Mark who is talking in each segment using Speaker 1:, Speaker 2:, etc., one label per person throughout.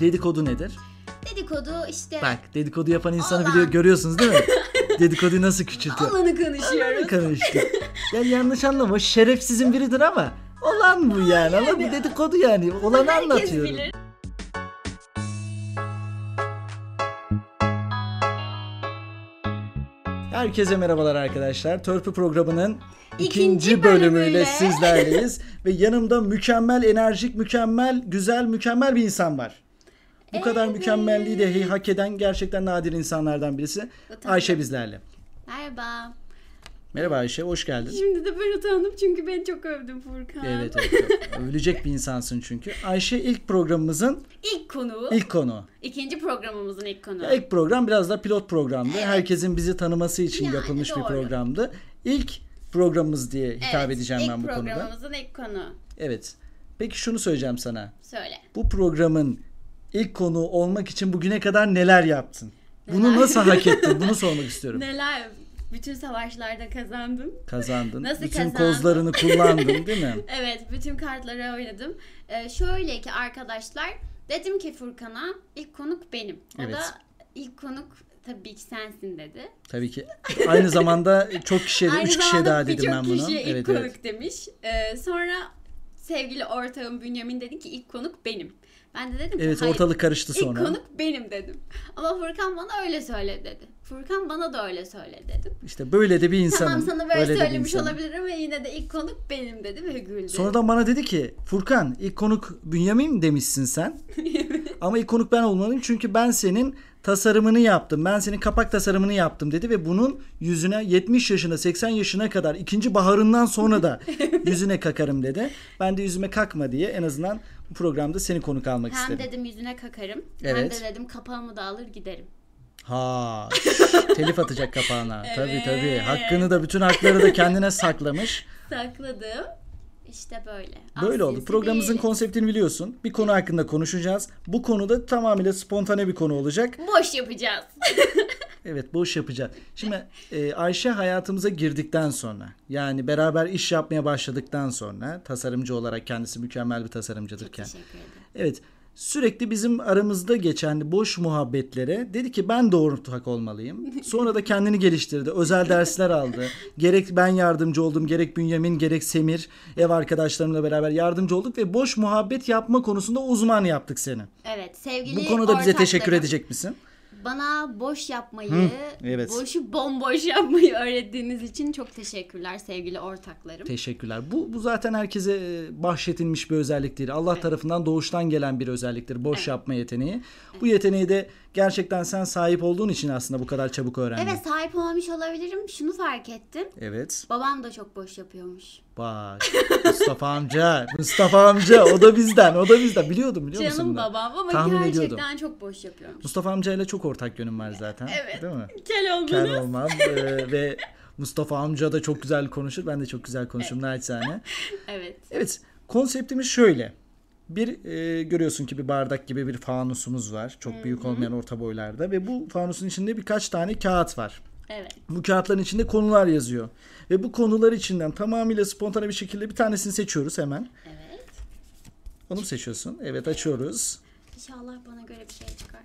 Speaker 1: Dedikodu nedir?
Speaker 2: Dedikodu işte
Speaker 1: Bak dedikodu yapan insanı
Speaker 2: Olan.
Speaker 1: biliyor, görüyorsunuz değil mi? Dedikoduyu nasıl küçültüyor?
Speaker 2: alanı konuşuyoruz.
Speaker 1: Karıştı. ya yanlış anlama şerefsizin biridir ama olan bu yani ama bu dedikodu yani olanı
Speaker 2: Herkes
Speaker 1: anlatıyorum.
Speaker 2: bilir.
Speaker 1: Herkese merhabalar arkadaşlar. Törpü programının ikinci,
Speaker 2: İkinci
Speaker 1: bölümüyle,
Speaker 2: bölümüyle.
Speaker 1: sizlerleyiz. Ve yanımda mükemmel, enerjik, mükemmel, güzel, mükemmel bir insan var. Bu kadar mükemmelliği de hey- hak eden gerçekten nadir insanlardan birisi
Speaker 2: Utandım.
Speaker 1: Ayşe bizlerle.
Speaker 2: Merhaba.
Speaker 1: Merhaba Ayşe, hoş geldin.
Speaker 2: Şimdi de ben utandım çünkü ben çok övdüm Furkan.
Speaker 1: Evet, evet, evet. Övülecek bir insansın çünkü. Ayşe ilk programımızın
Speaker 2: İlk konu.
Speaker 1: ilk konu.
Speaker 2: ikinci programımızın ilk konu.
Speaker 1: İlk program biraz da pilot programdı. Herkesin bizi tanıması için
Speaker 2: Yani
Speaker 1: yapılmış bir
Speaker 2: doğru.
Speaker 1: programdı. İlk programımız diye hitap
Speaker 2: Evet,
Speaker 1: edeceğim ben bu
Speaker 2: İlk
Speaker 1: konuda.
Speaker 2: programımızın ilk konu.
Speaker 1: Evet. Peki şunu söyleyeceğim sana.
Speaker 2: Söyle.
Speaker 1: Bu programın ilk konuğu olmak için bugüne kadar neler yaptın? Bunu nasıl hak ettin? Bunu sormak istiyorum.
Speaker 2: Neler? Bütün savaşlarda kazandım.
Speaker 1: Kazandın.
Speaker 2: Nasıl
Speaker 1: Bütün
Speaker 2: kazandım?
Speaker 1: kozlarını kullandın değil mi?
Speaker 2: Evet, bütün kartları oynadım. Ee, şöyle ki arkadaşlar, dedim ki Furkan'a ilk konuk benim. O
Speaker 1: Evet.
Speaker 2: da ilk konuk tabii ki sensin dedi.
Speaker 1: Tabii ki. Aynı zamanda çok kişiye, de-
Speaker 2: Aynı
Speaker 1: üç kişiye
Speaker 2: zamanda
Speaker 1: daha dedim ben
Speaker 2: birçok
Speaker 1: bunu.
Speaker 2: kişiye ilk
Speaker 1: Evet,
Speaker 2: konuk
Speaker 1: evet.
Speaker 2: demiş. Ee, sonra sevgili ortağım Bünyamin dedi ki ilk konuk benim. Ben de dedim ki
Speaker 1: Evet,
Speaker 2: hayır
Speaker 1: ortalık karıştı
Speaker 2: ilk
Speaker 1: sonra.
Speaker 2: konuk benim dedim. Ama Furkan bana öyle söyle dedi. Furkan bana da öyle söyle dedim.
Speaker 1: İşte böyle de bir insanım.
Speaker 2: tamam sana böyle,
Speaker 1: de bir
Speaker 2: söylemiş
Speaker 1: insanım.
Speaker 2: olabilir ama yine de ilk konuk benim dedi ve güldü.
Speaker 1: Sonradan bana dedi ki Furkan ilk konuk Bünyamin demişsin sen. Ama ilk konuk ben olmalıyım çünkü ben senin tasarımını yaptım. Ben senin kapak tasarımını yaptım dedi ve bunun yüzüne 70 yaşına 80 yaşına kadar ikinci baharından sonra da yüzüne kakarım dedi. Ben de yüzüme kakma diye en azından bu programda seni konuk almak
Speaker 2: Hem
Speaker 1: istedim.
Speaker 2: dedim yüzüne kakarım. Hem
Speaker 1: Evet.
Speaker 2: de dedim kapağımı da alır giderim.
Speaker 1: Ha telif atacak kapağına. Tabii tabii.
Speaker 2: Evet.
Speaker 1: Hakkını da bütün hakları da kendine saklamış.
Speaker 2: Sakladım. İşte böyle.
Speaker 1: Böyle
Speaker 2: Asilsi
Speaker 1: oldu. Programımızın
Speaker 2: değilim.
Speaker 1: konseptini biliyorsun. Bir konu hakkında konuşacağız. Bu konuda tamamıyla spontane bir konu olacak.
Speaker 2: Boş yapacağız.
Speaker 1: Evet boş yapacağız. Şimdi e, Ayşe hayatımıza girdikten sonra yani beraber iş yapmaya başladıktan sonra tasarımcı olarak kendisi mükemmel bir tasarımcıdır. kendisi.
Speaker 2: Teşekkür ederim.
Speaker 1: Evet sürekli bizim aramızda geçen boş muhabbetlere dedi ki ben de ortak olmalıyım. Sonra da kendini geliştirdi. Özel dersler aldı. Gerek ben yardımcı oldum gerek Bünyamin gerek Semir ev arkadaşlarımla beraber yardımcı olduk ve boş muhabbet yapma konusunda uzman yaptık seni.
Speaker 2: Evet sevgili
Speaker 1: Bu konuda bize teşekkür
Speaker 2: ortaklarım,
Speaker 1: edecek misin?
Speaker 2: Bana boş yapmayı,
Speaker 1: evet.
Speaker 2: boşu bomboş yapmayı öğrettiğiniz için çok teşekkürler sevgili ortaklarım.
Speaker 1: Teşekkürler. Bu, bu zaten herkese e, bahşedilmiş bir özellik değil. Allah tarafından doğuştan gelen bir özelliktir. Boş yapma yeteneği. Bu yeteneği de gerçekten sen sahip olduğun için aslında bu kadar çabuk öğrendin.
Speaker 2: evet sahip olmuş olabilirim. Şunu fark ettim.
Speaker 1: Evet.
Speaker 2: Babam da çok boş yapıyormuş.
Speaker 1: Bak Mustafa amca. Mustafa amca. O da bizden. O da bizden. Biliyordum biliyor musun?
Speaker 2: Canım
Speaker 1: bunu?
Speaker 2: babam ama
Speaker 1: Tahmin
Speaker 2: gerçekten
Speaker 1: ediyordum.
Speaker 2: çok boş yapıyormuş.
Speaker 1: Mustafa amcayla çok ortak yönüm var zaten.
Speaker 2: Evet.
Speaker 1: Değil mi?
Speaker 2: Kel
Speaker 1: Kel
Speaker 2: olmanız.
Speaker 1: olmam. e, ve Mustafa amca da çok güzel konuşur. Ben de çok güzel konuşurum. Naçizane.
Speaker 2: Evet.
Speaker 1: Evet, konseptimiz şöyle. Bir e, görüyorsun ki bir bardak gibi bir fanusumuz var. Çok büyük olmayan orta boylarda ve bu fanusun içinde birkaç tane kağıt var.
Speaker 2: Evet.
Speaker 1: Bu kağıtların içinde konular yazıyor. Ve bu konular içinden tamamıyla spontane bir şekilde bir tanesini seçiyoruz hemen.
Speaker 2: Evet.
Speaker 1: Onu mu seçiyorsun? Evet açıyoruz.
Speaker 2: İnşallah bana göre bir şey çıkar.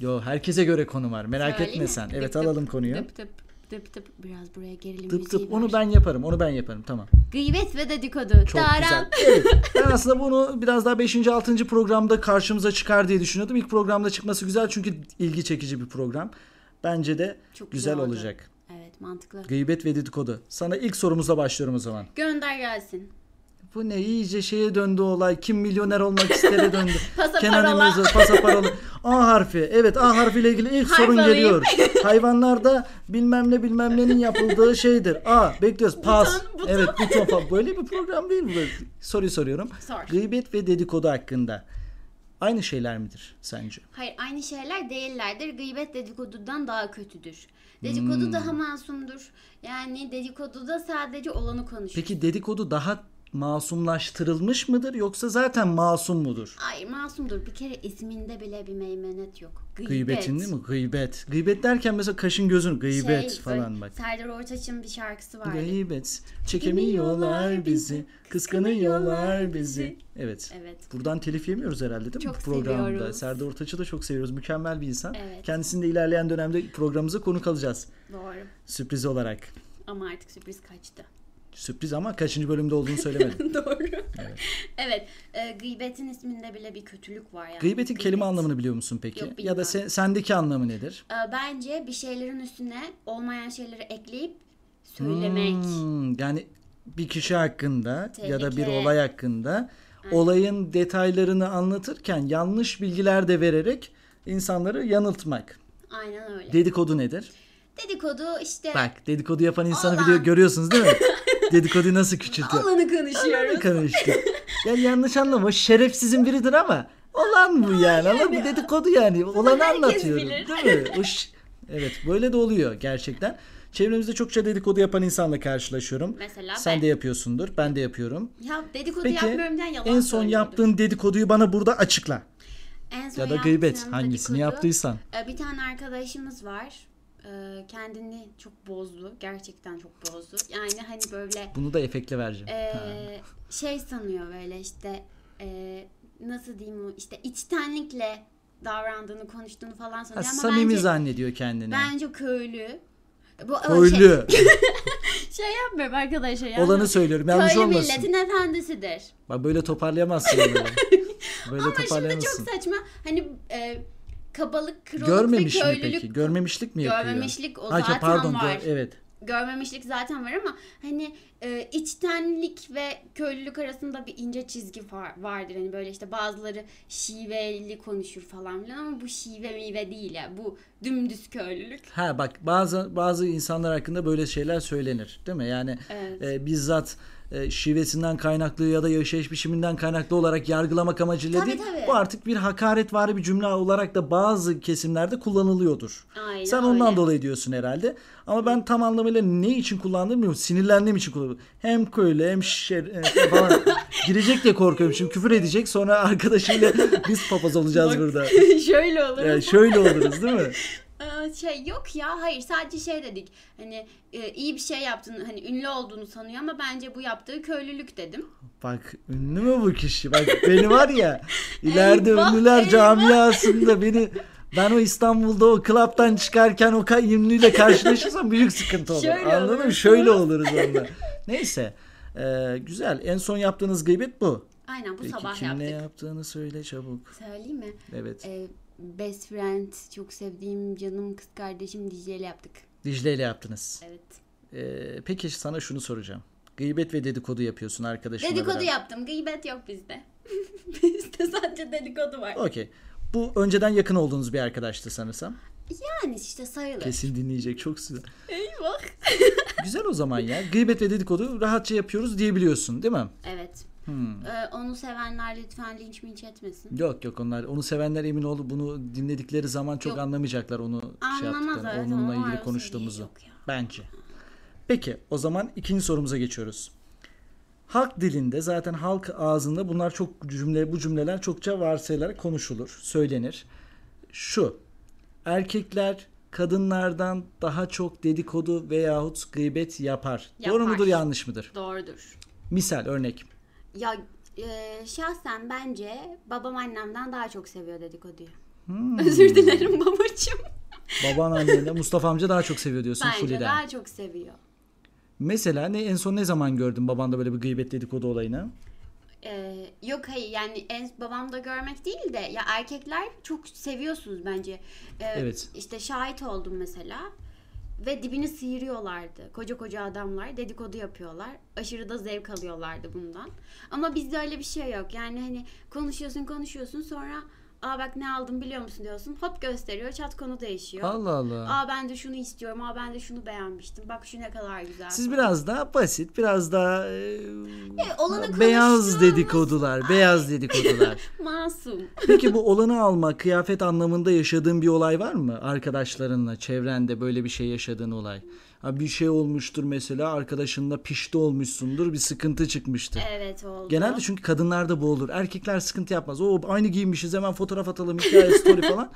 Speaker 1: Yo herkese göre konu var. Merak
Speaker 2: Öyle
Speaker 1: etme
Speaker 2: mi?
Speaker 1: sen.
Speaker 2: Dıp
Speaker 1: Evet
Speaker 2: dıp,
Speaker 1: alalım konuyu.
Speaker 2: Dıp dıp dıp dıp biraz buraya gerilim
Speaker 1: Dıp
Speaker 2: müziği
Speaker 1: dıp onu
Speaker 2: ver.
Speaker 1: ben yaparım. Onu ben yaparım. Tamam.
Speaker 2: Gıybet ve dedikodu.
Speaker 1: Çok güzel. Evet. Ben aslında bunu biraz daha 5. 6. programda karşımıza çıkar diye düşünüyordum. İlk programda çıkması güzel çünkü ilgi çekici bir program. Bence de
Speaker 2: Çok
Speaker 1: güzel,
Speaker 2: güzel oldu.
Speaker 1: olacak.
Speaker 2: Evet mantıklı.
Speaker 1: Gıybet ve dedikodu. Sana ilk sorumuzla başlıyorum o zaman.
Speaker 2: Gönder gelsin.
Speaker 1: Bu ne iyice şeye döndü olay. Kim milyoner olmak istere döndü.
Speaker 2: Pasa
Speaker 1: Kenan
Speaker 2: parola.
Speaker 1: İmirzalı, pasaparola. A harfi. Evet A harfiyle ilgili ilk
Speaker 2: Harf
Speaker 1: sorun
Speaker 2: alayım.
Speaker 1: geliyor. Hayvanlarda bilmem ne bilmem nenin yapıldığı şeydir. A bekliyoruz. Pas.
Speaker 2: Buton, buton.
Speaker 1: Evet buton falan. Böyle bir program değil mi? Soruyu soruyorum.
Speaker 2: Sor.
Speaker 1: Gıybet ve dedikodu hakkında aynı şeyler midir sence?
Speaker 2: Hayır aynı şeyler değillerdir. Gıybet dedikodudan daha kötüdür.
Speaker 1: Hmm.
Speaker 2: Dedikodu daha masumdur. Yani dedikoduda sadece olanı konuşur.
Speaker 1: Peki dedikodu daha masumlaştırılmış mıdır yoksa zaten masum mudur?
Speaker 2: Ay masumdur. Bir kere isminde bile bir meymenet yok. Gıybet.
Speaker 1: Gıybetin değil mi? Gıybet. Gıybet derken mesela kaşın gözün gıybet
Speaker 2: Şey,
Speaker 1: falan
Speaker 2: böyle
Speaker 1: bak.
Speaker 2: Serdar Ortaç'ın bir şarkısı vardı.
Speaker 1: Gıybet. Çekemiyorlar bizi. Kıskanıyorlar bizi. Evet.
Speaker 2: Evet.
Speaker 1: Buradan telif yemiyoruz herhalde değil mi
Speaker 2: Çok
Speaker 1: bu programda?
Speaker 2: seviyoruz.
Speaker 1: Serdar Ortaç'ı da çok seviyoruz. Mükemmel bir insan.
Speaker 2: Evet.
Speaker 1: Kendisini de ilerleyen dönemde programımıza konuk alacağız.
Speaker 2: Doğru.
Speaker 1: Sürpriz olarak.
Speaker 2: Ama artık sürpriz kaçtı.
Speaker 1: Sürpriz ama kaçıncı bölümde olduğunu söylemedim.
Speaker 2: Doğru. Evet. e, gıybetin isminde bile bir kötülük var yani.
Speaker 1: Gıybetin
Speaker 2: Gıybet.
Speaker 1: kelime anlamını biliyor musun peki? ya
Speaker 2: Yok,
Speaker 1: da
Speaker 2: bilmiyorum.
Speaker 1: sen, sendeki anlamı nedir?
Speaker 2: E, bence bir şeylerin üstüne olmayan şeyleri ekleyip söylemek.
Speaker 1: Hmm, yani bir kişi hakkında ya da bir
Speaker 2: Tehlike.
Speaker 1: olay hakkında olayın detaylarını anlatırken yanlış bilgiler de vererek insanları yanıltmak.
Speaker 2: Aynen öyle.
Speaker 1: Dedikodu nedir?
Speaker 2: Dedikodu işte
Speaker 1: Bak dedikodu yapan insanı
Speaker 2: Olan.
Speaker 1: biliyor görüyorsunuz değil mi? Dedikoduyu nasıl küçültüyor?
Speaker 2: alanı konuşuyoruz.
Speaker 1: Karıştı. ya yanlış anlama şerefsizin biridir ama olan bu yani. Ama bir dedikodu yani. Olanı
Speaker 2: herkes
Speaker 1: anlatıyorum.
Speaker 2: bilir.
Speaker 1: Değil mi? O ş- evet böyle de oluyor gerçekten. Çevremizde çokça dedikodu yapan insanla karşılaşıyorum.
Speaker 2: Mesela
Speaker 1: Sen
Speaker 2: ben.
Speaker 1: de yapıyorsundur. Ben de yapıyorum.
Speaker 2: Ya dedikodu
Speaker 1: Peki
Speaker 2: yapmıyorum diyen yalan
Speaker 1: en son
Speaker 2: söylüyordur.
Speaker 1: yaptığın dedikoduyu bana burada açıkla.
Speaker 2: En son
Speaker 1: Ya da gıybet
Speaker 2: yaptığım
Speaker 1: hangisini
Speaker 2: dedikodu-
Speaker 1: yaptıysan.
Speaker 2: E, Bir tane arkadaşımız var. E, Kendini çok bozdu. Gerçekten çok bozdu. Yani hani böyle
Speaker 1: Bunu da efektle vereceğim.
Speaker 2: e,
Speaker 1: Ha.
Speaker 2: şey sanıyor böyle işte e, nasıl diyeyim o işte içtenlikle davrandığını konuştuğunu falan
Speaker 1: Ha,
Speaker 2: sanıyor ama
Speaker 1: samimi
Speaker 2: bence,
Speaker 1: zannediyor kendini.
Speaker 2: bence köylü. Bu ama Şey,
Speaker 1: Köylü.
Speaker 2: şey yapmıyorum arkadaşlar. Yani.
Speaker 1: Olanı söylüyorum. Yanlış
Speaker 2: Köylü
Speaker 1: olmasın.
Speaker 2: milletin efendisidir.
Speaker 1: Bak böyle toparlayamazsın. onu. böyle
Speaker 2: Ama şimdi çok
Speaker 1: toparlayamazsın.
Speaker 2: saçma. Hani e, kabalık, kırılık
Speaker 1: Görmemiş
Speaker 2: ve
Speaker 1: mi
Speaker 2: köylülük
Speaker 1: peki? Görmemişlik mi yapıyor?
Speaker 2: Görmemişlik o
Speaker 1: Ha,
Speaker 2: zaten
Speaker 1: pardon,
Speaker 2: var.
Speaker 1: gör- evet.
Speaker 2: görmemişlik zaten var ama hani e, içtenlik ve köylülük arasında bir ince çizgi var, vardır. Hani böyle işte bazıları şiveli konuşur falan filan ama bu şive mive değil ya. Bu dümdüz köylülük.
Speaker 1: Ha bak bazı bazı insanlar hakkında böyle şeyler söylenir değil mi? Yani
Speaker 2: Evet.
Speaker 1: e, bizzat e, şivesinden kaynaklı ya da yaşayış biçiminden kaynaklı olarak yargılamak amacıyla
Speaker 2: Tabii,
Speaker 1: değil.
Speaker 2: tabii.
Speaker 1: Bu artık bir hakaretvari bir cümle olarak da bazı kesimlerde kullanılıyordur.
Speaker 2: Aynen
Speaker 1: Sen ondan
Speaker 2: öyle.
Speaker 1: dolayı diyorsun herhalde. Ama ben tam anlamıyla ne için kullandım bilmiyorum. Sinirlendiğim için kullandım. Hem köylü hem şer e, falan. Girecek diye korkuyorum. Şimdi küfür edecek. Sonra arkadaşıyla biz papaz olacağız
Speaker 2: Bak,
Speaker 1: burada.
Speaker 2: Şöyle olur.
Speaker 1: Yani şöyle oluruz değil mi?
Speaker 2: Ee, şey yok ya hayır sadece şey dedik hani e, iyi bir şey yaptığını hani ünlü olduğunu sanıyor ama bence bu yaptığı köylülük dedim.
Speaker 1: Bak ünlü mü bu kişi? Bak beni var ya ileride
Speaker 2: Eyvah,
Speaker 1: ünlüler
Speaker 2: eyvah.
Speaker 1: camiasında beni ben o İstanbul'da o klaptan çıkarken o ka- ünlüyle karşılaşırsam büyük sıkıntı olur.
Speaker 2: Şöyle
Speaker 1: Anladın mı?
Speaker 2: olursunuz.
Speaker 1: Şöyle oluruz onda. Neyse. ee, güzel. En son yaptığınız gıybet bu.
Speaker 2: Aynen bu
Speaker 1: Peki
Speaker 2: sabah
Speaker 1: kim ne
Speaker 2: yaptık.
Speaker 1: yaptığını söyle çabuk.
Speaker 2: Söyleyeyim mi?
Speaker 1: Evet.
Speaker 2: Ee, best friend çok sevdiğim canım kız kardeşim DJ ile yaptık.
Speaker 1: Dicle ile yaptınız.
Speaker 2: Evet.
Speaker 1: Ee, peki sana şunu soracağım. Gıybet ve dedikodu yapıyorsun arkadaşınla
Speaker 2: Dedikodu
Speaker 1: beraber.
Speaker 2: yaptım. Gıybet yok bizde. bizde sadece dedikodu var.
Speaker 1: Okey. Bu önceden yakın olduğunuz bir arkadaştı sanırsam.
Speaker 2: Yani işte sayılır.
Speaker 1: Kesin dinleyecek. Çok güzel.
Speaker 2: Eyvah.
Speaker 1: Güzel o zaman ya. Gıybet ve dedikodu rahatça yapıyoruz diyebiliyorsun değil mi?
Speaker 2: Evet.
Speaker 1: Hmm.
Speaker 2: Ee, onu sevenler lütfen linç minç etmesin.
Speaker 1: Yok yok onlar onu sevenler emin ol bunu dinledikleri zaman çok
Speaker 2: Yok.
Speaker 1: anlamayacaklar onu şey
Speaker 2: Anlamaz
Speaker 1: yaptıklarını,
Speaker 2: evet,
Speaker 1: onunla
Speaker 2: onun
Speaker 1: ilgili
Speaker 2: arası
Speaker 1: konuştuğumuzu.
Speaker 2: yok ya.
Speaker 1: Bence. Peki o zaman ikinci sorumuza geçiyoruz. Halk dilinde zaten halk ağzında bunlar çok cümle bu cümleler çokça varsayılarak konuşulur, söylenir. Şu. Erkekler kadınlardan daha çok dedikodu veyahut gıybet yapar. Doğru
Speaker 2: Yapar.
Speaker 1: mudur yanlış mıdır?
Speaker 2: Doğrudur.
Speaker 1: Misal örnek.
Speaker 2: Ya e, şahsen bence babam annemden daha çok seviyor dedikoduyu.
Speaker 1: Hmm.
Speaker 2: Özür dilerim babacığım.
Speaker 1: Baban annenle Mustafa amca daha çok seviyor diyorsun
Speaker 2: Bence
Speaker 1: Fuli'den.
Speaker 2: daha çok seviyor.
Speaker 1: Mesela ne en son ne zaman gördün babanda böyle bir gıybet dedikodu olayını?
Speaker 2: Ee, yok hayır yani en, babamda görmek değil de ya erkekler çok seviyorsunuz bence. Ee,
Speaker 1: Evet.
Speaker 2: İşte şahit oldum mesela ve dibini sıyırıyorlardı. Koca koca adamlar dedikodu yapıyorlar. Aşırı da zevk alıyorlardı bundan. Ama bizde öyle bir şey yok. Yani hani konuşuyorsun konuşuyorsun sonra aa bak ne aldım biliyor musun diyorsun. Hop gösteriyor çat konu değişiyor.
Speaker 1: Allah Allah.
Speaker 2: Aa ben de şunu istiyorum. Aa ben de şunu beğenmiştim. Bak şu ne kadar güzel.
Speaker 1: Siz biraz daha basit, biraz daha e,
Speaker 2: olanı
Speaker 1: beyaz
Speaker 2: konuştuğumuz-
Speaker 1: dedikodular, beyaz dedikodular.
Speaker 2: Masum.
Speaker 1: Peki bu olanı alma, kıyafet anlamında yaşadığın bir olay var mı? Arkadaşlarınla, çevrende böyle bir şey yaşadığın olay. Ha, bir şey olmuştur mesela arkadaşınla pişti olmuşsundur bir sıkıntı çıkmıştır.
Speaker 2: Evet oldu.
Speaker 1: Genelde çünkü kadınlarda bu olur. Erkekler sıkıntı yapmaz. O aynı giyinmişiz hemen fotoğraf atalım hikaye story falan.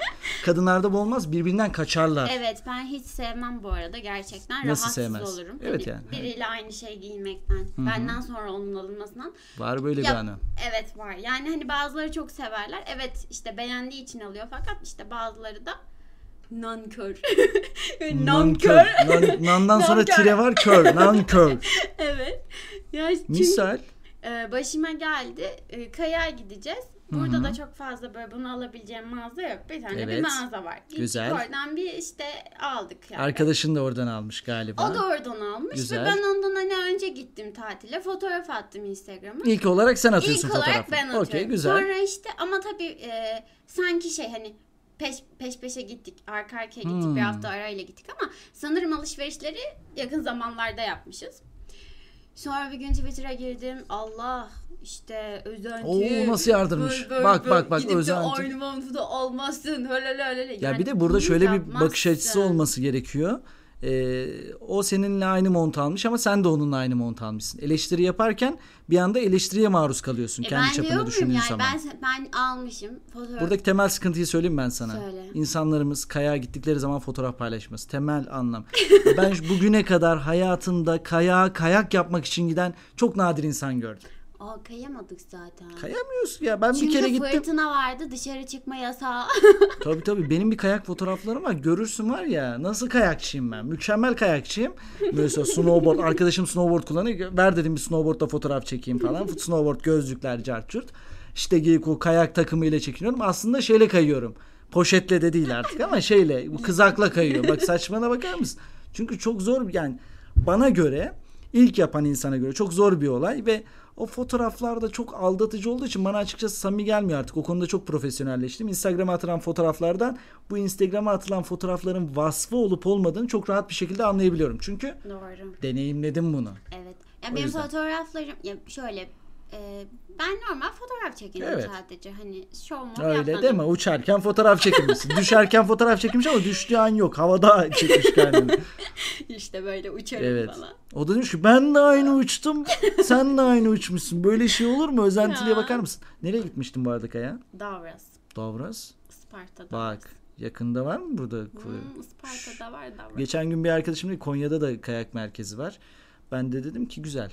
Speaker 1: Kadınlarda bu olmaz. Birbirinden kaçarlar.
Speaker 2: Evet ben hiç sevmem bu arada gerçekten
Speaker 1: Nasıl
Speaker 2: rahatsız
Speaker 1: sevmez?
Speaker 2: olurum.
Speaker 1: Evet
Speaker 2: Hani
Speaker 1: yani,
Speaker 2: Biriyle aynı şey giyinmekten, benden sonra onun alınmasından.
Speaker 1: Var böyle
Speaker 2: Ya,
Speaker 1: bir anı.
Speaker 2: Evet var. Yani hani bazıları çok severler. Evet işte beğendiği için alıyor fakat işte bazıları da nankör. nankör.
Speaker 1: Nan- nandan sonra
Speaker 2: Nankör.
Speaker 1: tire var kör. Nankör.
Speaker 2: evet. Ya çünkü
Speaker 1: Misal.
Speaker 2: e, başıma geldi. E, Kaya'ya gideceğiz. Burada da çok fazla böyle bunu alabileceğim mağaza yok. Bir tane bir
Speaker 1: Evet.
Speaker 2: mağaza var. Gittik
Speaker 1: Güzel.
Speaker 2: Oradan bir işte aldık yani.
Speaker 1: Arkadaşın da oradan almış galiba.
Speaker 2: O da oradan almış
Speaker 1: Güzel.
Speaker 2: ve ben ondan hani önce gittim tatile. Fotoğraf attım Instagram'a.
Speaker 1: İlk olarak sen atıyorsun
Speaker 2: İlk olarak
Speaker 1: fotoğrafı.
Speaker 2: ben atıyorum.
Speaker 1: Okey güzel.
Speaker 2: Sonra işte ama tabii e, sanki şey hani peş peş peşe gittik. Arka arkaya gittik.
Speaker 1: Hmm.
Speaker 2: Bir hafta arayla gittik ama sanırım alışverişleri yakın zamanlarda yapmışız. Sonra bir gün Twitter'a girdim. Allah işte özentim.
Speaker 1: Oo, nasıl yardırmış.
Speaker 2: böyle böyle
Speaker 1: Bak,
Speaker 2: böyle.
Speaker 1: bak, bak,
Speaker 2: Gidip de
Speaker 1: özentim.
Speaker 2: aynı mantıda almazsın. Hölele hölele.
Speaker 1: Ya
Speaker 2: Yani
Speaker 1: bir de burada
Speaker 2: bunu
Speaker 1: şöyle bir
Speaker 2: yapmazsın.
Speaker 1: bakış açısı olması gerekiyor. Ee, o seninle aynı mont almış ama sen de onunla aynı mont almışsın. Eleştiri yaparken bir anda eleştiriye maruz kalıyorsun
Speaker 2: E
Speaker 1: kendi
Speaker 2: ben diyor
Speaker 1: çapında
Speaker 2: muyum
Speaker 1: düşündüğün
Speaker 2: yani
Speaker 1: zaman.
Speaker 2: Ben, ben almışım fotoğraf.
Speaker 1: Buradaki temel sıkıntıyı söyleyeyim ben sana.
Speaker 2: Söyle.
Speaker 1: İnsanlarımız kayağa gittikleri zaman fotoğraf paylaşması. Temel anlam. ben şu- bugüne kadar hayatımda kayağa kayak yapmak için giden çok nadir insan gördüm.
Speaker 2: Aa kayamadık zaten.
Speaker 1: Kayamıyorsun ya. Ben
Speaker 2: Çünkü
Speaker 1: bir kere gittim.
Speaker 2: fırtına vardı dışarı çıkma yasağı.
Speaker 1: Tabii tabii benim bir kayak fotoğraflarım var. Görürsün var ya nasıl kayakçıyım ben. Mükemmel kayakçıyım. Mesela snowboard arkadaşım snowboard kullanıyor. Ver dedim bir snowboardla fotoğraf çekeyim falan. Snowboard gözlükler carçurt. İşte geyik o kayak takımıyla çekiniyorum. Aslında şeyle kayıyorum. Poşetle de değil artık ama şeyle bu kızakla kayıyor. Bak saçmana bakar mısın? Çünkü çok zor yani bana göre ilk yapan insana göre çok zor bir olay ve o fotoğraflarda çok aldatıcı olduğu için bana açıkçası samimi gelmiyor artık. O konuda çok profesyonelleştim. Instagram'a atılan fotoğraflardan bu Instagram'a atılan fotoğrafların vasfı olup olmadığını çok rahat bir şekilde anlayabiliyorum. Çünkü
Speaker 2: Doğru.
Speaker 1: deneyimledim bunu.
Speaker 2: Evet. Ya benim
Speaker 1: yüzden.
Speaker 2: fotoğraflarım ya şöyle e, ben normal fotoğraf çekinirim
Speaker 1: Evet.
Speaker 2: sadece. Hani şov mu
Speaker 1: Öyle
Speaker 2: yapmadım.
Speaker 1: değil mi? Uçarken fotoğraf çekilmişsin. Düşerken fotoğraf çekilmiş ama düştüğü an yok. Havada çekmiş kendini.
Speaker 2: işte böyle uçarım
Speaker 1: Evet.
Speaker 2: falan.
Speaker 1: O da demiş ki ben de aynı uçtum. Sen de aynı uçmuşsun. Böyle şey olur mu? Özentiliye
Speaker 2: Ya.
Speaker 1: bakar mısın? Nereye gitmiştin bu arada Kaya?
Speaker 2: Davras.
Speaker 1: Davras.
Speaker 2: Isparta'da.
Speaker 1: Bak yakında var mı burada? koyu?
Speaker 2: Hmm, Isparta'da var Davras.
Speaker 1: Geçen gün bir arkadaşım dedi Konya'da da kayak merkezi var. Ben de dedim ki güzel.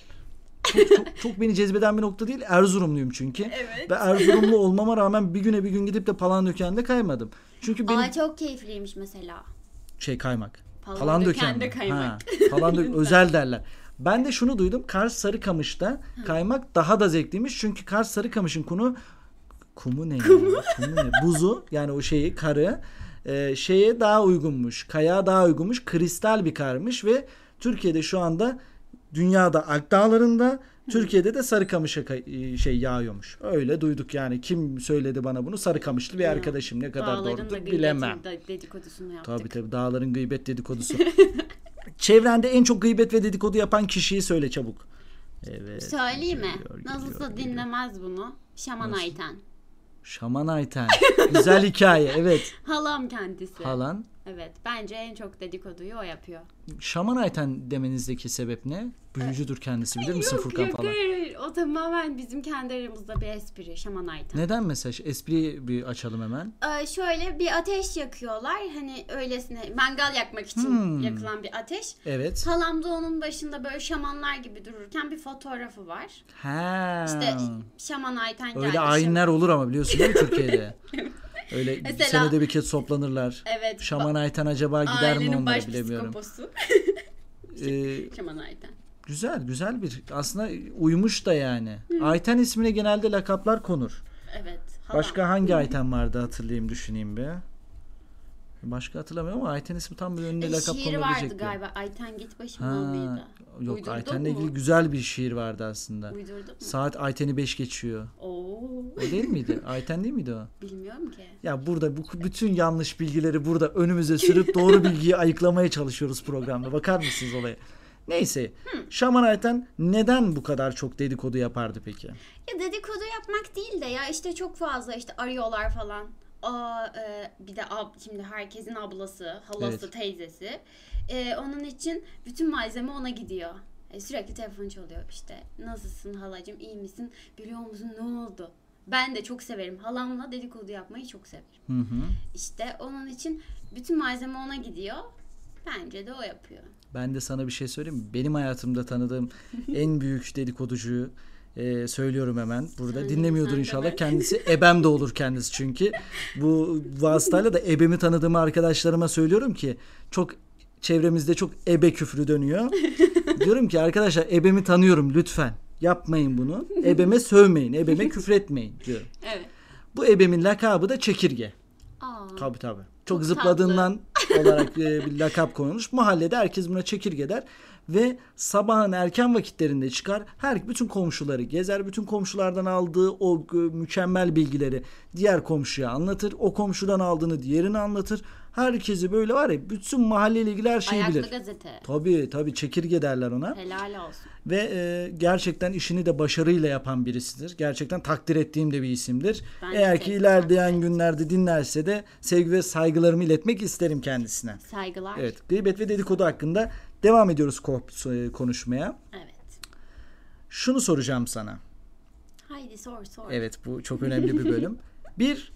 Speaker 1: Çok, çok, çok beni cezbeden bir nokta değil. Erzurumluyum çünkü.
Speaker 2: Evet.
Speaker 1: Ve Erzurumlu olmama rağmen bir güne bir gün gidip de Palandöken'de kaymadım. Çünkü benim
Speaker 2: Aa çok keyifliymiş mesela.
Speaker 1: şey kaymak.
Speaker 2: Palandöken'de
Speaker 1: mi?
Speaker 2: kaymak.
Speaker 1: Ha, Palandök özel derler. Ben de şunu duydum. Kars Sarıkamış'ta kaymak daha da zevkliymiş. Çünkü Kars Sarıkamış'ın kunu kumu ne? ya? Kumu ne? Buzu yani o şeyi karı e, şeye daha uygunmuş. Kayağa daha uygunmuş. Kristal bir karmış ve Türkiye'de şu anda dünyada Alp Dağları'nda Türkiye'de de Sarıkamış'a kay- e, şey yağıyormuş. Öyle duyduk yani. Kim söyledi bana bunu? Sarıkamışlı bir
Speaker 2: Ya,
Speaker 1: arkadaşım. Ne kadar
Speaker 2: Dağların da
Speaker 1: doğrudur
Speaker 2: gıybetini
Speaker 1: bilemem.
Speaker 2: de- dedikodusunu yaptık.
Speaker 1: Tabii tabii dağların gıybet dedikodusu. Çevrende en çok gıybet ve dedikodu yapan kişiyi söyle çabuk. Evet.
Speaker 2: Söyleyeyim mi?
Speaker 1: geliyor, geliyor,
Speaker 2: Nasılsa
Speaker 1: geliyor.
Speaker 2: dinlemez bunu. Şaman
Speaker 1: Nasıl?
Speaker 2: Ayten.
Speaker 1: Şaman Ayten. Güzel hikaye evet.
Speaker 2: Halam kendisi.
Speaker 1: Halan.
Speaker 2: Evet. Bence en çok dedikoduyu o yapıyor.
Speaker 1: Şaman Ayten demenizdeki sebep ne? Büyücüdür kendisi bilir misin
Speaker 2: Yok
Speaker 1: Furkan
Speaker 2: yok
Speaker 1: falan?
Speaker 2: hayır hayır. O tamamen bizim kendi aramızda bir espri. Şaman Aytan.
Speaker 1: Neden mesela? Espriyi bir açalım hemen.
Speaker 2: Ee, şöyle bir ateş yakıyorlar. Hani öylesine mangal yakmak için
Speaker 1: Hmm.
Speaker 2: yakılan bir ateş.
Speaker 1: Evet.
Speaker 2: Salamda onun başında böyle şamanlar gibi dururken bir fotoğrafı var.
Speaker 1: Ha.
Speaker 2: İşte şaman Ayten geldi.
Speaker 1: Öyle
Speaker 2: şam-
Speaker 1: ayinler olur ama biliyorsun değil mi Türkiye'de? Öyle
Speaker 2: Mesela-
Speaker 1: senede bir kez toplanırlar.
Speaker 2: Evet.
Speaker 1: Şaman
Speaker 2: ba-
Speaker 1: Ayten acaba gider mi
Speaker 2: Ailenin
Speaker 1: onları
Speaker 2: baş
Speaker 1: bilemiyorum.
Speaker 2: psikoposu.
Speaker 1: Ee,
Speaker 2: şaman Ayten.
Speaker 1: Güzel güzel bir aslında uymuş da yani. Ayten ismine genelde lakaplar konur.
Speaker 2: Evet. halam.
Speaker 1: Başka hangi Ayten vardı hatırlayayım düşüneyim bir. Başka hatırlamıyorum ama Ayten ismi tam bir önüne
Speaker 2: Ee,
Speaker 1: lakap
Speaker 2: şiiri
Speaker 1: konulabilecek
Speaker 2: vardı
Speaker 1: bir.
Speaker 2: galiba. Ayten git
Speaker 1: Ha,
Speaker 2: başımdan mıydı?
Speaker 1: yok
Speaker 2: Uydurdun
Speaker 1: Ayten'le
Speaker 2: mu?
Speaker 1: ilgili güzel bir şiir vardı aslında.
Speaker 2: Uydurdum mu?
Speaker 1: Saat Ayten'i 5 geçiyor.
Speaker 2: Oo,
Speaker 1: O değil miydi? Ayten değil miydi o?
Speaker 2: bilmiyorum ki.
Speaker 1: Ya burada bu bütün yanlış bilgileri burada önümüze sürüp doğru bilgiyi ayıklamaya çalışıyoruz programda. Bakar mısınız olaya? Neyse. Şaman Ayten neden bu kadar çok dedikodu yapardı peki?
Speaker 2: Ya dedikodu yapmak değil de ya işte çok fazla işte arıyorlar falan. Aa, e, bir de ab, şimdi herkesin ablası, halası,
Speaker 1: Evet.
Speaker 2: teyzesi. E, onun için bütün malzeme ona gidiyor. E, sürekli telefon çalıyor işte. Nasılsın halacığım, iyi misin? Biliyor musun ne oldu? Ben de çok severim. Halamla dedikodu yapmayı çok severim.
Speaker 1: Hı hı.
Speaker 2: İşte onun için bütün malzeme ona gidiyor. Bence de o yapıyor.
Speaker 1: Ben de sana bir şey söyleyeyim mi? Benim hayatımda tanıdığım en büyük dedikoducuyu e, söylüyorum hemen. Burada
Speaker 2: Sen-
Speaker 1: dinlemiyordur
Speaker 2: sen de
Speaker 1: inşallah.
Speaker 2: ben.
Speaker 1: Kendisi ebem de olur kendisi çünkü. Bu vasıtayla da ebemi tanıdığım arkadaşlarıma söylüyorum ki çok çevremizde çok ebe küfrü dönüyor. Diyorum ki arkadaşlar ebemi tanıyorum lütfen. Yapmayın bunu. Ebeme sövmeyin. Ebeme küfretmeyin diyorum.
Speaker 2: Evet.
Speaker 1: Bu ebemin lakabı da çekirge.
Speaker 2: Aa,
Speaker 1: Tabii tabii. Çok,
Speaker 2: tatlı.
Speaker 1: zıpladığından olarak e, bir lakap konulmuş. Mahallede herkes buna çekirge der ve sabahın erken vakitlerinde çıkar. Her bütün komşuları gezer, bütün komşulardan aldığı o e, mükemmel bilgileri diğer komşuya anlatır. O komşudan aldığını diğerine anlatır. Herkesi böyle var ya bütün mahalleyle ilgili her şeyi
Speaker 2: ayaklı
Speaker 1: şey bilir.
Speaker 2: gazete.
Speaker 1: Tabii tabii çekirge derler ona
Speaker 2: Helal olsun.
Speaker 1: ve e, gerçekten işini de başarıyla yapan birisidir. Gerçekten takdir ettiğim de bir isimdir.
Speaker 2: Ben de
Speaker 1: Eğer ki
Speaker 2: sevdim,
Speaker 1: ilerleyen günlerde dinlerse de sevgi ve saygılarımı iletmek isterim kendisine.
Speaker 2: Saygılar.
Speaker 1: Evet, gıybet ve dedikodu hakkında devam ediyoruz ko- e, konuşmaya.
Speaker 2: Evet.
Speaker 1: Şunu soracağım sana.
Speaker 2: Haydi sor sor.
Speaker 1: Evet, bu çok önemli bir bölüm. Bir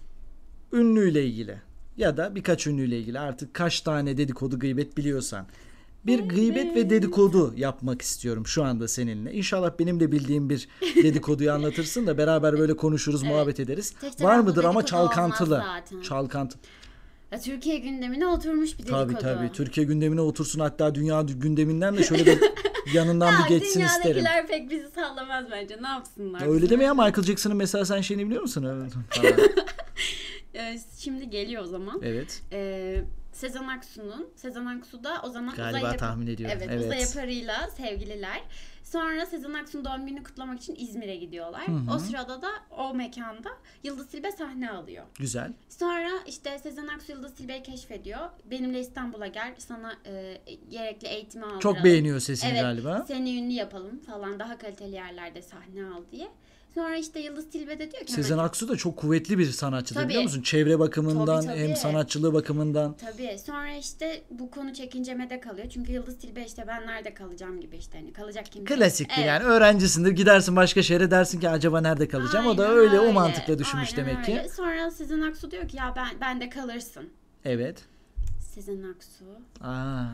Speaker 1: ünlüyle ilgili ya da birkaç ünlüyle ilgili artık kaç tane dedikodu gıybet biliyorsan. Bir gıybet ve dedikodu yapmak istiyorum şu anda seninle. İnşallah benim de bildiğim bir dedikoduyu anlatırsın da beraber böyle konuşuruz, muhabbet ederiz.
Speaker 2: Tek
Speaker 1: Var
Speaker 2: taraflı
Speaker 1: mıdır ama
Speaker 2: dedikodu olmaz
Speaker 1: çalkantılı.
Speaker 2: zaten.
Speaker 1: Çalkantı.
Speaker 2: Ya, Türkiye gündemine oturmuş bir dedikodu.
Speaker 1: Tabii tabii. Türkiye gündemine otursun hatta dünya gündeminden de şöyle bir yanından
Speaker 2: Ya,
Speaker 1: bir geçsin isterim.
Speaker 2: Dünyadakiler pek bizi sallamaz bence. Ne yapsınlar?
Speaker 1: Öyle deme ya Michael Jackson'ın mesela sen şeyini biliyor musun? Evet. Falan.
Speaker 2: Ee, şimdi geliyor o zaman.
Speaker 1: evet.
Speaker 2: Ee, Sezen Aksu'nun, Sezen Aksu da o zaman
Speaker 1: Galiba
Speaker 2: Uzay Yap-
Speaker 1: tahmin ediyorum.
Speaker 2: Evet,
Speaker 1: Evet.
Speaker 2: Uzay Yaparı'yla sevgililer. Sonra Sezen Aksu'nun doğum gününü kutlamak için İzmir'e gidiyorlar. O sırada da o mekanda Yıldız Tilbe sahne alıyor.
Speaker 1: Güzel.
Speaker 2: Sonra işte Sezen Aksu Yıldız Tilbe'yi keşfediyor. Benimle İstanbul'a gel, sana e, gerekli eğitimi aldıralım.
Speaker 1: Çok beğeniyor sesini
Speaker 2: Evet,
Speaker 1: galiba.
Speaker 2: seni ünlü yapalım falan, daha kaliteli yerlerde sahne al diye. Sonra işte Yıldız Tilbe de diyor ki...
Speaker 1: Sezen Aksu da çok kuvvetli bir sanatçıdır
Speaker 2: Tabii.
Speaker 1: biliyor musun? Çevre bakımından
Speaker 2: Tabii, tabii.
Speaker 1: hem sanatçılığı bakımından.
Speaker 2: Tabii. Sonra işte bu konu çekinceme de kalıyor. Çünkü Yıldız Tilbe işte ben nerede kalacağım gibi işte hani kalacak kimse.
Speaker 1: Klasik bir
Speaker 2: Evet.
Speaker 1: yani öğrencisindir gidersin başka şehre dersin ki acaba nerede kalacağım? o da
Speaker 2: Aynen
Speaker 1: öyle, o mantıkla düşünmüş
Speaker 2: Aynen
Speaker 1: demek
Speaker 2: öyle.
Speaker 1: ki.
Speaker 2: Sonra Sezen Aksu diyor ki ya ben ben de kalırsın.
Speaker 1: Evet.
Speaker 2: Sezen Aksu
Speaker 1: Aa,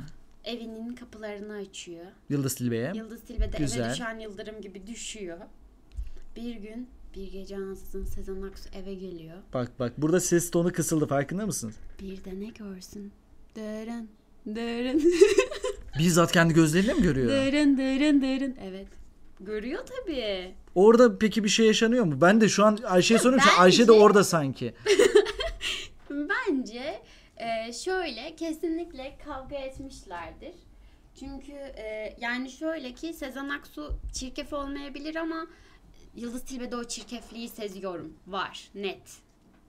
Speaker 2: evinin kapılarını açıyor.
Speaker 1: Yıldız Tilbe'ye.
Speaker 2: Yıldız Tilbe de
Speaker 1: Güzel.
Speaker 2: eve düşen yıldırım gibi düşüyor. Bir gün bir gece ansızın Sezen Aksu eve geliyor.
Speaker 1: Bak bak burada ses tonu kısıldı farkında mısın?
Speaker 2: Bir de ne görsün? Dırın dırın
Speaker 1: Bizzat kendi gözleriyle mi görüyor?
Speaker 2: dırın dırın dırın. Evet. Görüyor tabii.
Speaker 1: Orada peki bir şey yaşanıyor mu? Ben de şu an Ayşe'ye soruyorum. çünkü Ayşe de
Speaker 2: bence-
Speaker 1: orada sanki.
Speaker 2: Bence e, şöyle kesinlikle kavga etmişlerdir. Çünkü e, yani şöyle ki Sezen Aksu çirkef olmayabilir ama Yıldız Tilbe'de o çirkefliği seziyorum. Var. Net.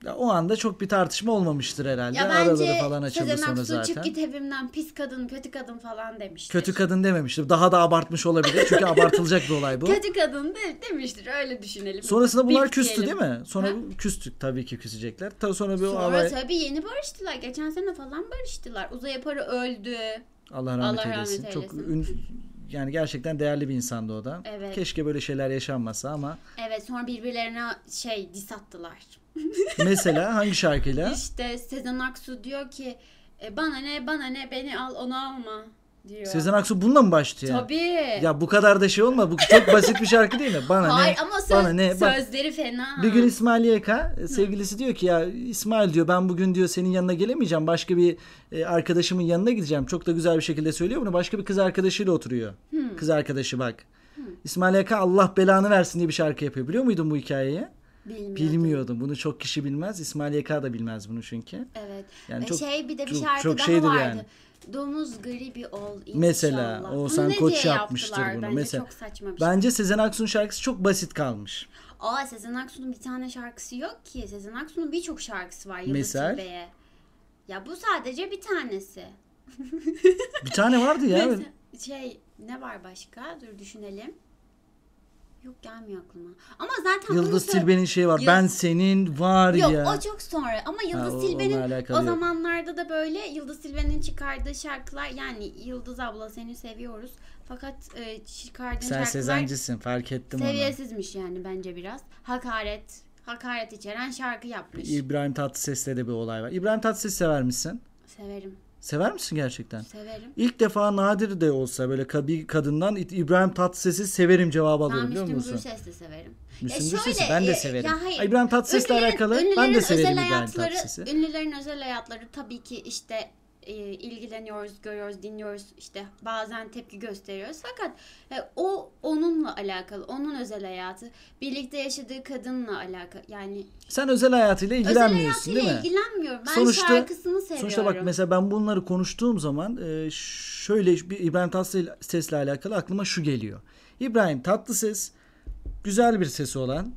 Speaker 1: Ya O anda çok bir tartışma olmamıştır herhalde.
Speaker 2: Ya
Speaker 1: Araları
Speaker 2: bence
Speaker 1: falan açıldı
Speaker 2: Sezen
Speaker 1: sonra
Speaker 2: Aksu çık
Speaker 1: zaten.
Speaker 2: git evimden pis kadın, kötü kadın falan demiştir.
Speaker 1: Kötü kadın dememiştir. Daha da abartmış olabilir. Çünkü abartılacak bir olay bu.
Speaker 2: Kötü kadın de, demiştir. Öyle düşünelim.
Speaker 1: Sonrasında bunlar
Speaker 2: Biz
Speaker 1: küstü
Speaker 2: diyelim.
Speaker 1: değil mi? Sonra
Speaker 2: Ha?
Speaker 1: küstük tabii ki küsecekler. Ta sonra bir o
Speaker 2: Sonra
Speaker 1: alay-
Speaker 2: tabii yeni barıştılar. Geçen sene falan barıştılar. Uzay Yaparı öldü.
Speaker 1: Allah rahmet
Speaker 2: Allah
Speaker 1: eylesin.
Speaker 2: rahmet
Speaker 1: Çok
Speaker 2: eylesin.
Speaker 1: ün... yani gerçekten değerli bir insandı o da.
Speaker 2: Evet.
Speaker 1: Keşke böyle şeyler yaşanmasa ama
Speaker 2: Evet sonra birbirlerine şey dis attılar.
Speaker 1: mesela hangi şarkıyla?
Speaker 2: İşte Sezen Aksu diyor ki "E, bana ne bana ne beni al onu alma diyor.
Speaker 1: Sezen Aksu bununla mı başlıyor?
Speaker 2: Tabii.
Speaker 1: Ya bu kadar da şey olma. Bu çok basit bir şarkı değil mi? Bana
Speaker 2: Hayır
Speaker 1: ne?
Speaker 2: ama söz,
Speaker 1: bana ne? Bak,
Speaker 2: sözleri fena.
Speaker 1: bir gün İsmail YK sevgilisi diyor ki ya İsmail diyor ben bugün diyor senin yanına gelemeyeceğim. Başka bir e, arkadaşımın yanına gideceğim. Çok da güzel bir şekilde söylüyor bunu. Başka bir kız arkadaşıyla oturuyor. Kız arkadaşı bak. İsmail YK Allah belanı versin diye bir şarkı yapıyor. Biliyor muydun bu hikayeyi?
Speaker 2: Bilmiyordum.
Speaker 1: Bilmiyordum. Bunu çok kişi bilmez. İsmail YK da bilmez bunu çünkü.
Speaker 2: Evet.
Speaker 1: Yani
Speaker 2: Ve
Speaker 1: çok-
Speaker 2: şey bir de bir
Speaker 1: çok-
Speaker 2: şarkı
Speaker 1: çok
Speaker 2: daha
Speaker 1: şeydir
Speaker 2: vardı.
Speaker 1: yani.
Speaker 2: Domuz gribi ol inşallah.
Speaker 1: Mesela,
Speaker 2: Bunu
Speaker 1: Oğuzhan
Speaker 2: ne
Speaker 1: Koç
Speaker 2: diye
Speaker 1: yapmıştır
Speaker 2: yaptılar?
Speaker 1: bunu.
Speaker 2: Bence
Speaker 1: Mesela-
Speaker 2: çok saçma bir şey.
Speaker 1: Bence Sezen Aksu'nun şarkısı çok basit kalmış.
Speaker 2: Aa Sezen Aksu'nun bir tane şarkısı yok ki. Sezen Aksu'nun birçok şarkısı var Yıldız
Speaker 1: Mesela?
Speaker 2: Tilbe'ye. Ya bu sadece bir tanesi.
Speaker 1: Bir tane vardı ya.
Speaker 2: Neyse, şey ne var başka? Dur düşünelim. Yok gelmiyor aklıma. Ama zaten bunu
Speaker 1: Yıldız
Speaker 2: sö-
Speaker 1: Tilbe'nin şeyi var.
Speaker 2: Yıldız-
Speaker 1: Ben senin var
Speaker 2: Yok
Speaker 1: ya.
Speaker 2: o çok sonra ama Yıldız
Speaker 1: o- onunla
Speaker 2: Tilbe'nin
Speaker 1: alakalı
Speaker 2: o
Speaker 1: yok.
Speaker 2: zamanlarda da böyle Yıldız Tilbe'nin çıkardığı şarkılar yani Yıldız abla seni seviyoruz fakat e, çıkardığın
Speaker 1: Sen
Speaker 2: şarkılar
Speaker 1: Sezencisin fark ettim onu.
Speaker 2: seviyesizmiş yani bence biraz. Hakaret, hakaret içeren şarkı yapmış.
Speaker 1: İbrahim Tatlıses'te de bir olay var. İbrahim Tatlıses sever misin?
Speaker 2: Severim,
Speaker 1: Sever misin gerçekten?
Speaker 2: severim.
Speaker 1: İlk defa nadir de olsa böyle ka- bir kadından İ- İbrahim Tatlıses'i severim cevabı
Speaker 2: Ben
Speaker 1: alıyorum biliyor
Speaker 2: Müslüm
Speaker 1: musun?
Speaker 2: Gürses'i de severim.
Speaker 1: Müslüm
Speaker 2: şöyle,
Speaker 1: Gürses'i ben de
Speaker 2: e,
Speaker 1: severim.
Speaker 2: ya hayır.
Speaker 1: İbrahim Tatlıses'le
Speaker 2: Ünlülerin-
Speaker 1: alakalı ben
Speaker 2: ünlülerin
Speaker 1: de severim
Speaker 2: özel
Speaker 1: İbrahim
Speaker 2: hayatları-
Speaker 1: Tatlıses'i.
Speaker 2: Ünlülerin özel hayatları tabii ki işte e, ilgileniyoruz, görüyoruz, dinliyoruz, işte bazen tepki gösteriyoruz. Fakat e, o onunla alakalı, onun özel hayatı, birlikte yaşadığı kadınla alakalı. Yani
Speaker 1: Sen özel hayatıyla
Speaker 2: özel
Speaker 1: ilgilenmiyorsun
Speaker 2: hayatıyla
Speaker 1: değil mi?
Speaker 2: ilgilenmiyorum. Ben
Speaker 1: Sonuçta-
Speaker 2: şarkısını seviyorum.
Speaker 1: Sonuçta bak mesela ben bunları konuştuğum zaman e, şöyle bir İbrahim Tatlıses'le alakalı aklıma şu geliyor. İbrahim Tatlıses güzel bir sesi olan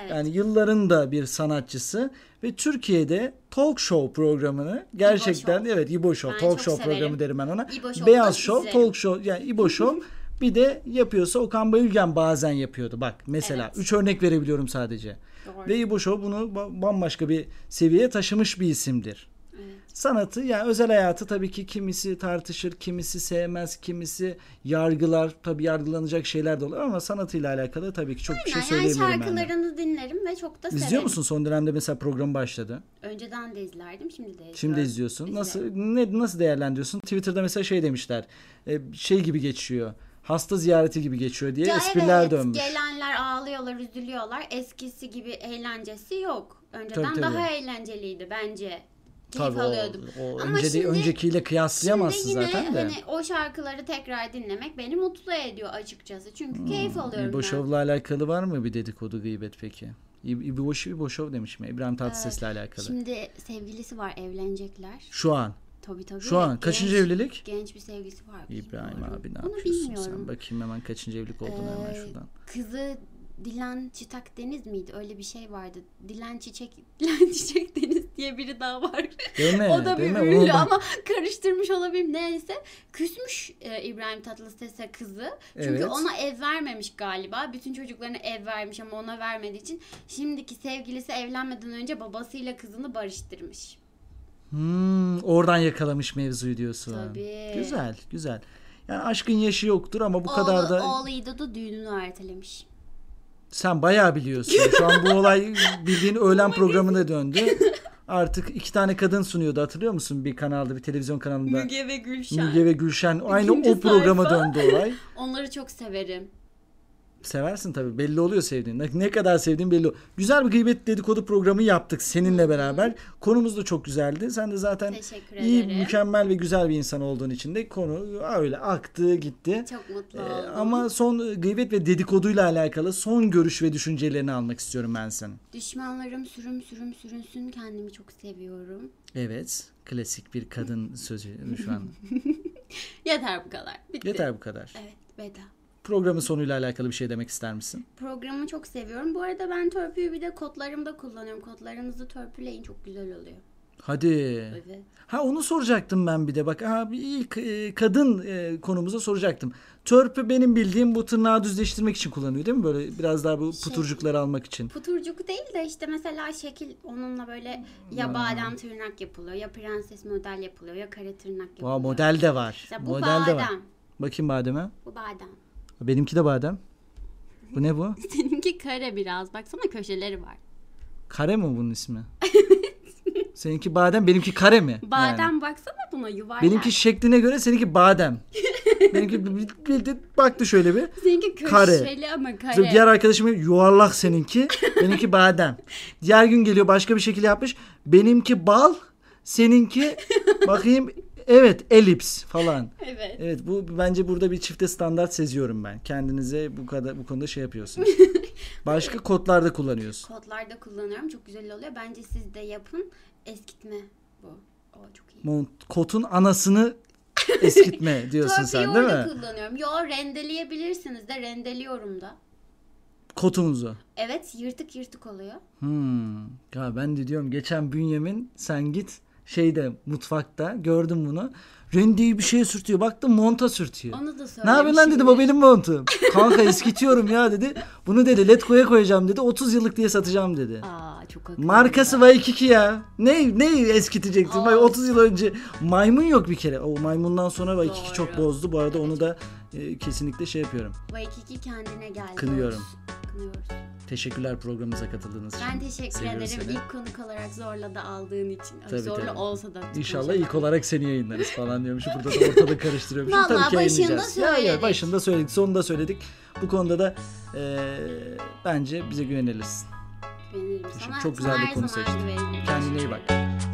Speaker 2: evet.
Speaker 1: yani yılların da bir sanatçısı ve Türkiye'de talk show programını gerçekten
Speaker 2: Show.
Speaker 1: evet İbo Show
Speaker 2: Ben
Speaker 1: talk
Speaker 2: çok
Speaker 1: show
Speaker 2: severim.
Speaker 1: programı derim ben ona.
Speaker 2: İbo Show'dan
Speaker 1: Beyaz Show
Speaker 2: izlerim.
Speaker 1: talk show yani İbo Show bir de yapıyorsa Okan Bayülgen bazen yapıyordu. Bak mesela
Speaker 2: Evet.
Speaker 1: üç örnek verebiliyorum sadece.
Speaker 2: Doğru.
Speaker 1: Ve İbo Show bunu ba- bambaşka bir seviyeye taşımış bir isimdir
Speaker 2: evet.
Speaker 1: sanatı yani özel hayatı tabii ki kimisi tartışır, kimisi sevmez, kimisi yargılar. Tabii yargılanacak şeyler de olur ama sanatıyla alakalı tabii ki çok bir şey
Speaker 2: Aynen, yani
Speaker 1: söyleyemiyorum ben. de.
Speaker 2: şarkılarını dinlerim ve çok da severim.
Speaker 1: İzliyor musun son dönemde mesela program başladı.
Speaker 2: Önceden de izlerdim, şimdi de izliyorum.
Speaker 1: Şimdi izliyorsun.
Speaker 2: İzliyorum.
Speaker 1: Nasıl ne nasıl değerlendiriyorsun? Twitter'da mesela şey demişler. e, Şey gibi geçiyor. Hasta ziyareti gibi geçiyor diye
Speaker 2: Ya
Speaker 1: espriler
Speaker 2: evet,
Speaker 1: dönmüş.
Speaker 2: Gelenler ağlıyorlar, üzülüyorlar. Eskisi gibi eğlencesi yok. Önceden
Speaker 1: Tabii, tabii.
Speaker 2: daha eğlenceliydi bence. Keyif
Speaker 1: Tabii o,
Speaker 2: alıyordum.
Speaker 1: o
Speaker 2: Ama
Speaker 1: önce
Speaker 2: şimdi-
Speaker 1: öncekiyle kıyaslayamazsın
Speaker 2: Şimdi yine
Speaker 1: zaten de.
Speaker 2: hani o şarkıları tekrar dinlemek beni mutlu ediyor açıkçası. Çünkü
Speaker 1: Hmm,
Speaker 2: keyif alıyorum
Speaker 1: İbo
Speaker 2: ben.
Speaker 1: Show'la alakalı var mı bir dedikodu gıybet peki? İb- İbo, Show- İbo Show demiş mi? İbrahim Tatlıses'le alakalı.
Speaker 2: Şimdi sevgilisi var, evlenecekler.
Speaker 1: Şu an.
Speaker 2: Tabii tabii.
Speaker 1: Şu an.
Speaker 2: Genç-
Speaker 1: Kaçıncı evlilik?
Speaker 2: Genç bir sevgilisi var.
Speaker 1: İbrahim
Speaker 2: Bilmiyorum.
Speaker 1: abi ne
Speaker 2: Bunu
Speaker 1: yapıyorsun sen?
Speaker 2: bilmiyorum.
Speaker 1: Bakayım hemen kaçıncı evlilik olduğunu hemen
Speaker 2: Ee,
Speaker 1: şuradan.
Speaker 2: Kızı Dilan Çıtak Deniz miydi? Öyle bir şey vardı. Dilan Çiçek, Dilan Çiçek Deniz diye biri daha var.
Speaker 1: Değil mi?
Speaker 2: o da bir
Speaker 1: Değil mi?
Speaker 2: ünlü
Speaker 1: Onu da-
Speaker 2: ama karıştırmış olabilirim. Neyse küsmüş e, İbrahim Tatlıses'e kızı. Çünkü
Speaker 1: Evet.
Speaker 2: ona ev vermemiş galiba. Bütün çocuklarına ev vermiş ama ona vermediği için şimdiki sevgilisi evlenmeden önce babasıyla kızını barıştırmış.
Speaker 1: Hmm, oradan yakalamış mevzuyu diyorsun.
Speaker 2: Tabii.
Speaker 1: Güzel, güzel. Yani aşkın yaşı yoktur ama bu
Speaker 2: Oğlu,
Speaker 1: kadar da
Speaker 2: oğluydu da düğününü ertelemiş.
Speaker 1: sen bayağı biliyorsun. Şu an bu olay bildiğin öğlen programına döndü. Artık iki tane kadın sunuyordu hatırlıyor musun? Bir kanalda, bir televizyon kanalında.
Speaker 2: Müge ve Gülşen.
Speaker 1: Müge ve Gülşen. Aynı
Speaker 2: İkinci
Speaker 1: o programa
Speaker 2: sayfa.
Speaker 1: döndü olay.
Speaker 2: Onları çok severim.
Speaker 1: Seversin tabii belli oluyor sevdiğin. Ne- Ne kadar sevdiğin belli oluyor. Güzel bir gıybet dedikodu programı yaptık seninle beraber. Konumuz da çok güzeldi. Sen de zaten
Speaker 2: Teşekkür
Speaker 1: iyi,
Speaker 2: ederim.
Speaker 1: mükemmel ve güzel bir insan olduğun için de konu öyle aktı gitti.
Speaker 2: Çok mutlu
Speaker 1: Ee,
Speaker 2: oldum.
Speaker 1: ama son gıybet ve dedikoduyla alakalı son görüş ve düşüncelerini almak istiyorum ben senin.
Speaker 2: Düşmanlarım sürüm sürüm sürünsün kendimi çok seviyorum.
Speaker 1: Evet. Klasik bir kadın sözü şu an.
Speaker 2: Yeter bu kadar. Bitti.
Speaker 1: Yeter bu kadar.
Speaker 2: Evet veda.
Speaker 1: Programın sonuyla alakalı bir şey demek ister misin?
Speaker 2: Programı çok seviyorum. Bu arada ben törpüyü bir de kotlarımda kullanıyorum. Kotlarınızı törpüleyin çok güzel oluyor.
Speaker 1: Hadi.
Speaker 2: Evet.
Speaker 1: Ha onu soracaktım ben bir de. Bak abi ilk e, kadın e, konumuza soracaktım. Törpü benim bildiğim bu tırnağı düzleştirmek için kullanıyor değil mi? Böyle biraz daha bu
Speaker 2: Şey.
Speaker 1: puturcukları almak için.
Speaker 2: Puturcuk değil de işte mesela şekil onunla böyle ya badem tırnak yapılıyor ya prenses model yapılıyor ya kare tırnak yapılıyor.
Speaker 1: Aa, model de var.
Speaker 2: Mesela bu
Speaker 1: model de var.
Speaker 2: badem.
Speaker 1: Bakayım bademe.
Speaker 2: Bu badem.
Speaker 1: Benimki de badem. Bu ne bu?
Speaker 2: Seninki kare biraz. Baksana köşeleri var.
Speaker 1: Kare mi bunun ismi? seninki badem, benimki kare mi?
Speaker 2: Badem
Speaker 1: Yani.
Speaker 2: baksana buna yuvarlak.
Speaker 1: Benimki şekline göre seninki badem. benimki bir- bir- bir- bir- baktı şöyle bir.
Speaker 2: Seninki
Speaker 1: kare.
Speaker 2: köşeli ama kare.
Speaker 1: Bizim Diğer arkadaşım yuvarlak seninki, benimki badem. Diğer gün geliyor başka bir şekil yapmış. Benimki bal, seninki bakayım evet elips falan.
Speaker 2: Evet.
Speaker 1: Evet bu bence burada bir çifte standart seziyorum ben. Kendinize bu kadar bu konuda şey yapıyorsunuz. Başka kodlarda kullanıyorsun.
Speaker 2: Kodlarda kullanıyorum. Çok güzel oluyor. Bence siz de yapın. Eskitme bu. O çok iyi.
Speaker 1: Mont, kotun anasını eskitme diyorsun
Speaker 2: Törpüyü
Speaker 1: sen değil
Speaker 2: orada
Speaker 1: mi?
Speaker 2: kullanıyorum. Yo rendeleyebilirsiniz de rendeliyorum da.
Speaker 1: Kotumuzu.
Speaker 2: Evet yırtık yırtık oluyor.
Speaker 1: Hmm. Ya ben de diyorum geçen Bünyamin sen git şeyde mutfakta gördüm bunu. Rendeyi bir şeye sürtüyor. Baktım monta sürtüyor.
Speaker 2: Onu
Speaker 1: Ne
Speaker 2: da
Speaker 1: yapıyorsun lan dedi
Speaker 2: söylemişimdir.
Speaker 1: bu benim montum. Kanka eskitiyorum ya dedi. Bunu dedi Letgo'ya koyacağım dedi. 30 yıllık diye satacağım dedi.
Speaker 2: Aa çok haklı.
Speaker 1: Markası Waikiki ya. Ne ne eskitecektim?
Speaker 2: Aa.
Speaker 1: Vay, 30 yıl önce maymun yok bir kere. O maymundan sonra Waikiki
Speaker 2: Doğru.
Speaker 1: çok bozdu. Bu arada onu da e, kesinlikle şey yapıyorum.
Speaker 2: Waikiki kendine geldi.
Speaker 1: Kınıyorum.
Speaker 2: Kınıyoruz.
Speaker 1: Teşekkürler programımıza katıldığınız için.
Speaker 2: Ben teşekkür
Speaker 1: Seviyoruz
Speaker 2: ederim
Speaker 1: seni.
Speaker 2: ilk konuk olarak zorla da aldığın için. Ay,
Speaker 1: Tabii,
Speaker 2: zorla
Speaker 1: tabii.
Speaker 2: olsa da.
Speaker 1: İnşallah
Speaker 2: konuşalım.
Speaker 1: ilk olarak seni yayınlarız falan diyormuşum. Burada da ortalığı karıştırıyormuşum.
Speaker 2: Vallahi
Speaker 1: Tabii ki
Speaker 2: başında
Speaker 1: yayınlayacağız. Ya, ya,
Speaker 2: söyledik.
Speaker 1: başında söyledik. Sonunda söyledik. Bu konuda da e, bence bize güvenilir.
Speaker 2: Güvenirim sana.
Speaker 1: Çok güzel
Speaker 2: Sana
Speaker 1: bir
Speaker 2: her
Speaker 1: konu
Speaker 2: zaman
Speaker 1: seçtin.
Speaker 2: güvenirim.
Speaker 1: Kendine iyi bak.